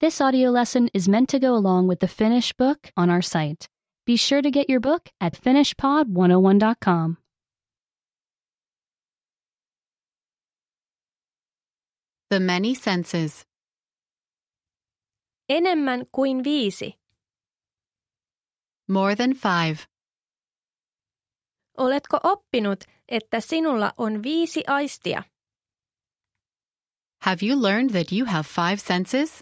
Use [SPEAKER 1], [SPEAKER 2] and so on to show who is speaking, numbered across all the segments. [SPEAKER 1] This audio lesson is meant to go along with the Finnish book on our site. Be sure to get your book at finishpod101.com.
[SPEAKER 2] The many senses.
[SPEAKER 3] Enemmän kuin viisi.
[SPEAKER 2] More than five.
[SPEAKER 3] Oletko oppinut, että sinulla on viisi aistia?
[SPEAKER 2] Have you learned that you have five senses?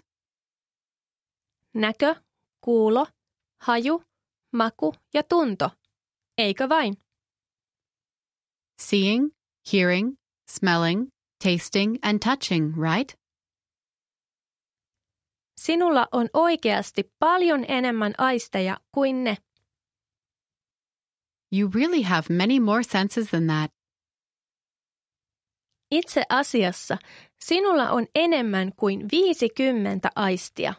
[SPEAKER 3] Näkö, kuulo, haju, maku ja tunto. Eikö vain?
[SPEAKER 2] Seeing, hearing, smelling, tasting, and touching, right?
[SPEAKER 3] Sinulla on oikeasti paljon enemmän aisteja kuin ne.
[SPEAKER 2] You really have many more senses than that.
[SPEAKER 3] Itse asiassa sinulla on enemmän kuin 50 aistia.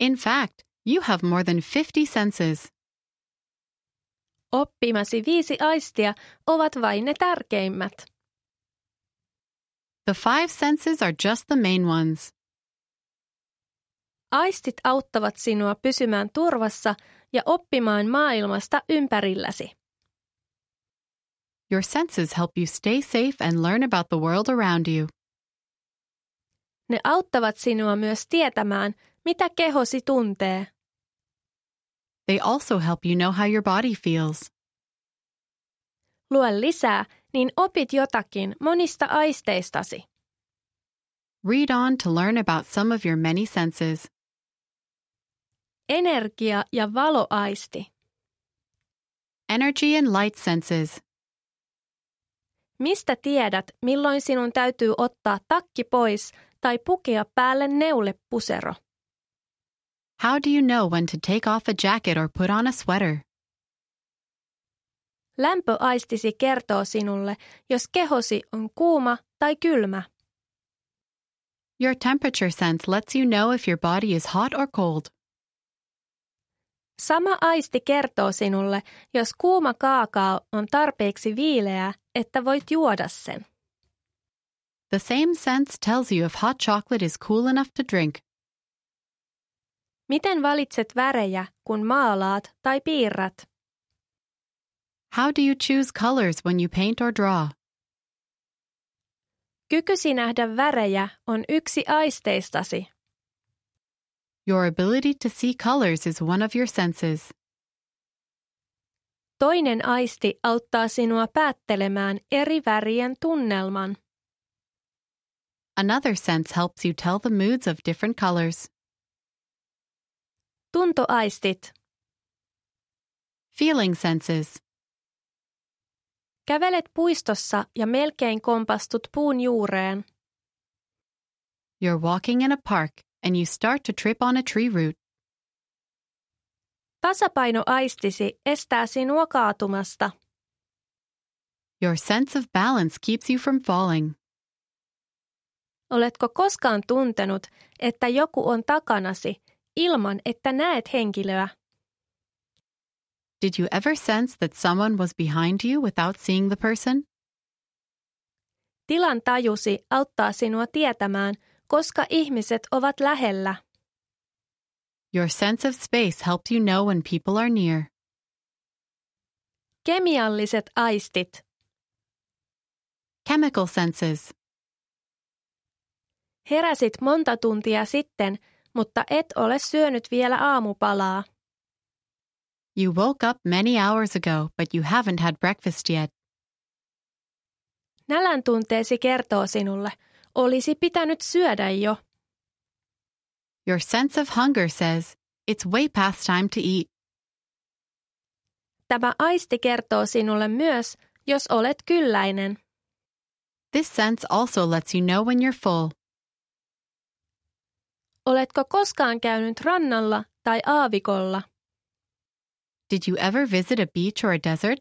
[SPEAKER 2] In fact, you have more than 50 senses.
[SPEAKER 3] Oppimasi viisi aistia ovat vain ne tärkeimmät.
[SPEAKER 2] The five senses are just the main ones.
[SPEAKER 3] Aistit auttavat sinua pysymään turvassa ja oppimaan maailmasta ympärilläsi.
[SPEAKER 2] Your senses help you stay safe and learn about the world around you.
[SPEAKER 3] Ne auttavat sinua myös tietämään, mitä kehosi tuntee.
[SPEAKER 2] They also help you know how your body feels.
[SPEAKER 3] Lue lisää, niin opit jotakin monista aisteistasi.
[SPEAKER 2] Read on to learn about some of your many senses.
[SPEAKER 3] Energia- ja valoaisti.
[SPEAKER 2] Energy and light senses.
[SPEAKER 3] Mistä tiedät, milloin sinun täytyy ottaa takki pois tai pukea päälle neulepusero?
[SPEAKER 2] How do you know when to take off a jacket or put on a sweater?
[SPEAKER 3] Lämpöaistisi kertoo sinulle, jos kehosi on kuuma tai kylmä.
[SPEAKER 2] Your temperature sense lets you know if your body is hot or cold.
[SPEAKER 3] Sama aisti kertoo sinulle, jos kuuma kaakao on tarpeeksi viileää, että voit juoda sen.
[SPEAKER 2] The same sense tells you if hot chocolate is cool enough to drink.
[SPEAKER 3] Miten valitset värejä, kun maalaat tai piirrät?
[SPEAKER 2] How do you choose colors when you paint or draw?
[SPEAKER 3] Kykysi nähdä värejä on yksi aisteistasi.
[SPEAKER 2] Your ability to see colors is one of your senses.
[SPEAKER 3] Toinen aisti auttaa sinua päättelemään eri värien tunnelman.
[SPEAKER 2] Another sense helps you tell the moods of different colors.
[SPEAKER 3] Tuntoaistit.
[SPEAKER 2] Feeling senses.
[SPEAKER 3] Kävelet puistossa ja melkein kompastut puun juureen.
[SPEAKER 2] You're walking in a park and you start to trip on a tree root.
[SPEAKER 3] Tasapainoaistisi estää sinua kaatumasta.
[SPEAKER 2] Your sense of balance keeps you from falling.
[SPEAKER 3] Oletko koskaan tuntenut, että joku on takanasi ilman, että näet henkilöä?
[SPEAKER 2] Did you ever sense that someone was behind you without seeing the person?
[SPEAKER 3] Tilan tajusi auttaa sinua tietämään, koska ihmiset ovat lähellä.
[SPEAKER 2] Your sense of space helps you know when people are near.
[SPEAKER 3] Kemialliset aistit.
[SPEAKER 2] Chemical senses.
[SPEAKER 3] Heräsit monta tuntia sitten, mutta et ole syönyt vielä aamupalaa.
[SPEAKER 2] You woke up many hours ago, but you haven't had breakfast yet.
[SPEAKER 3] Nälän tunteesi kertoo sinulle, olisi pitänyt syödä jo.
[SPEAKER 2] Your sense of hunger says, it's way past time to eat.
[SPEAKER 3] Tämä aisti kertoo sinulle myös, jos olet kylläinen.
[SPEAKER 2] This sense also lets you know when you're full.
[SPEAKER 3] Oletko koskaan käynyt rannalla tai aavikolla?
[SPEAKER 2] Did you ever visit a beach or a desert?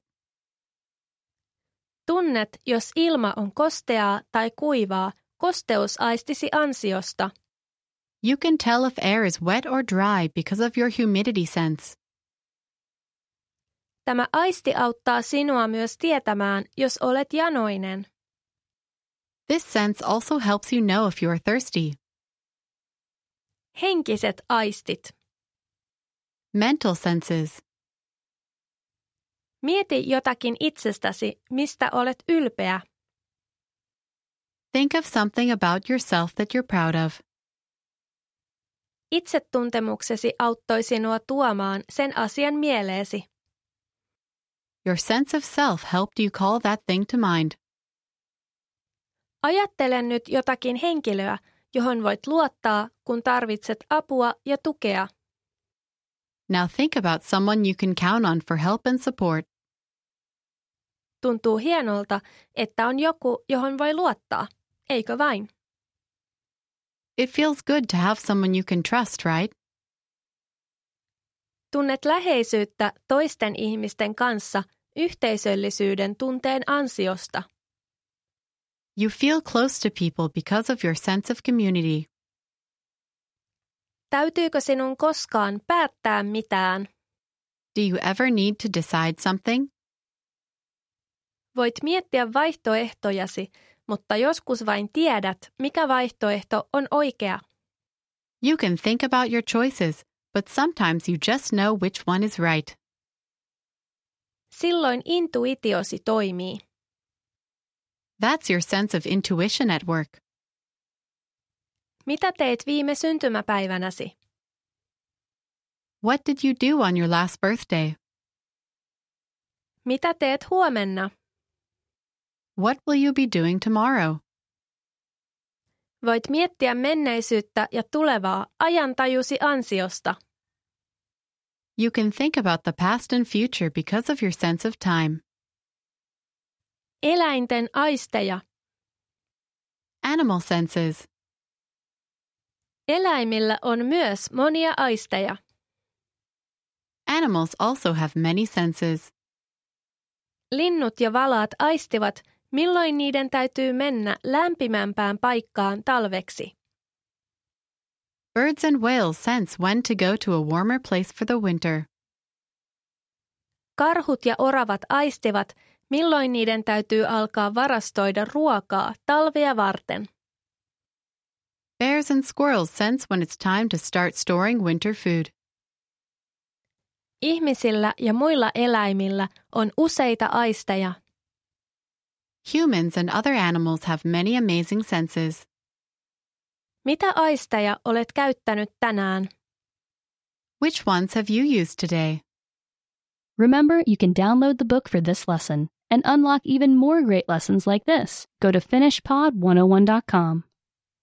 [SPEAKER 3] Tunnet, jos ilma on kosteaa tai kuivaa, kosteusaistisi ansiosta.
[SPEAKER 2] You can tell if air is wet or dry because of your humidity sense.
[SPEAKER 3] Tämä aisti auttaa sinua myös tietämään, jos olet janoinen.
[SPEAKER 2] This sense also helps you know if you are thirsty.
[SPEAKER 3] Henkiset aistit.
[SPEAKER 2] Mental senses.
[SPEAKER 3] Mieti jotakin itsestäsi, mistä olet ylpeä.
[SPEAKER 2] Think of something about yourself that you're proud of.
[SPEAKER 3] Itsetuntemuksesi auttoi sinua tuomaan sen asian mieleesi.
[SPEAKER 2] Your sense of self helped you call that thing to mind.
[SPEAKER 3] Ajattele nyt jotakin henkilöä, johon voit luottaa, kun tarvitset apua ja tukea.
[SPEAKER 2] Now think about someone you can count on for help and support.
[SPEAKER 3] Tuntuu hienolta, että on joku, johon voi luottaa. Eikö vain?
[SPEAKER 2] It feels good to have someone you can trust, right?
[SPEAKER 3] Tunnet läheisyyttä toisten ihmisten kanssa yhteisöllisyyden tunteen ansiosta.
[SPEAKER 2] You feel close to people because of your sense of community.
[SPEAKER 3] Täytyykö sinun koskaan päättää mitään?
[SPEAKER 2] Do you ever need to decide something?
[SPEAKER 3] Voit miettiä vaihtoehtojasi, mutta joskus vain tiedät, mikä vaihtoehto on oikea.
[SPEAKER 2] You can think about your choices, but sometimes you just know which one is right.
[SPEAKER 3] Silloin intuitiosi toimii.
[SPEAKER 2] That's your sense of intuition at work.
[SPEAKER 3] Mitä teit viime syntymäpäivänäsi?
[SPEAKER 2] What did you do on your last birthday?
[SPEAKER 3] Mitä teet huomenna?
[SPEAKER 2] What will you be doing tomorrow?
[SPEAKER 3] Voit miettiä menneisyyttä ja tulevaa ajantajusi ansiosta.
[SPEAKER 2] You can think about the past and future because of your sense of time.
[SPEAKER 3] Eläinten aisteja.
[SPEAKER 2] Animal senses.
[SPEAKER 3] Eläimillä on myös monia aisteja.
[SPEAKER 2] Animals also have many senses.
[SPEAKER 3] Linnut ja valaat aistivat, milloin niiden täytyy mennä lämpimämpään paikkaan talveksi.
[SPEAKER 2] Birds and whales sense when to go to a warmer place for the winter.
[SPEAKER 3] Karhut ja oravat aistivat, milloin niiden täytyy alkaa varastoida ruokaa talvea varten.
[SPEAKER 2] Bears and squirrels sense when it's time to start storing winter food.
[SPEAKER 3] Ihmisillä ja muilla eläimillä on useita aisteja.
[SPEAKER 2] Humans and other animals have many amazing senses.
[SPEAKER 3] Mitä aisteja olet käyttänyt tänään?
[SPEAKER 2] Which ones have you used today?
[SPEAKER 1] Remember, you can download the book for this oh lesson and unlock even more great lessons like this. Go to finishpod101.com.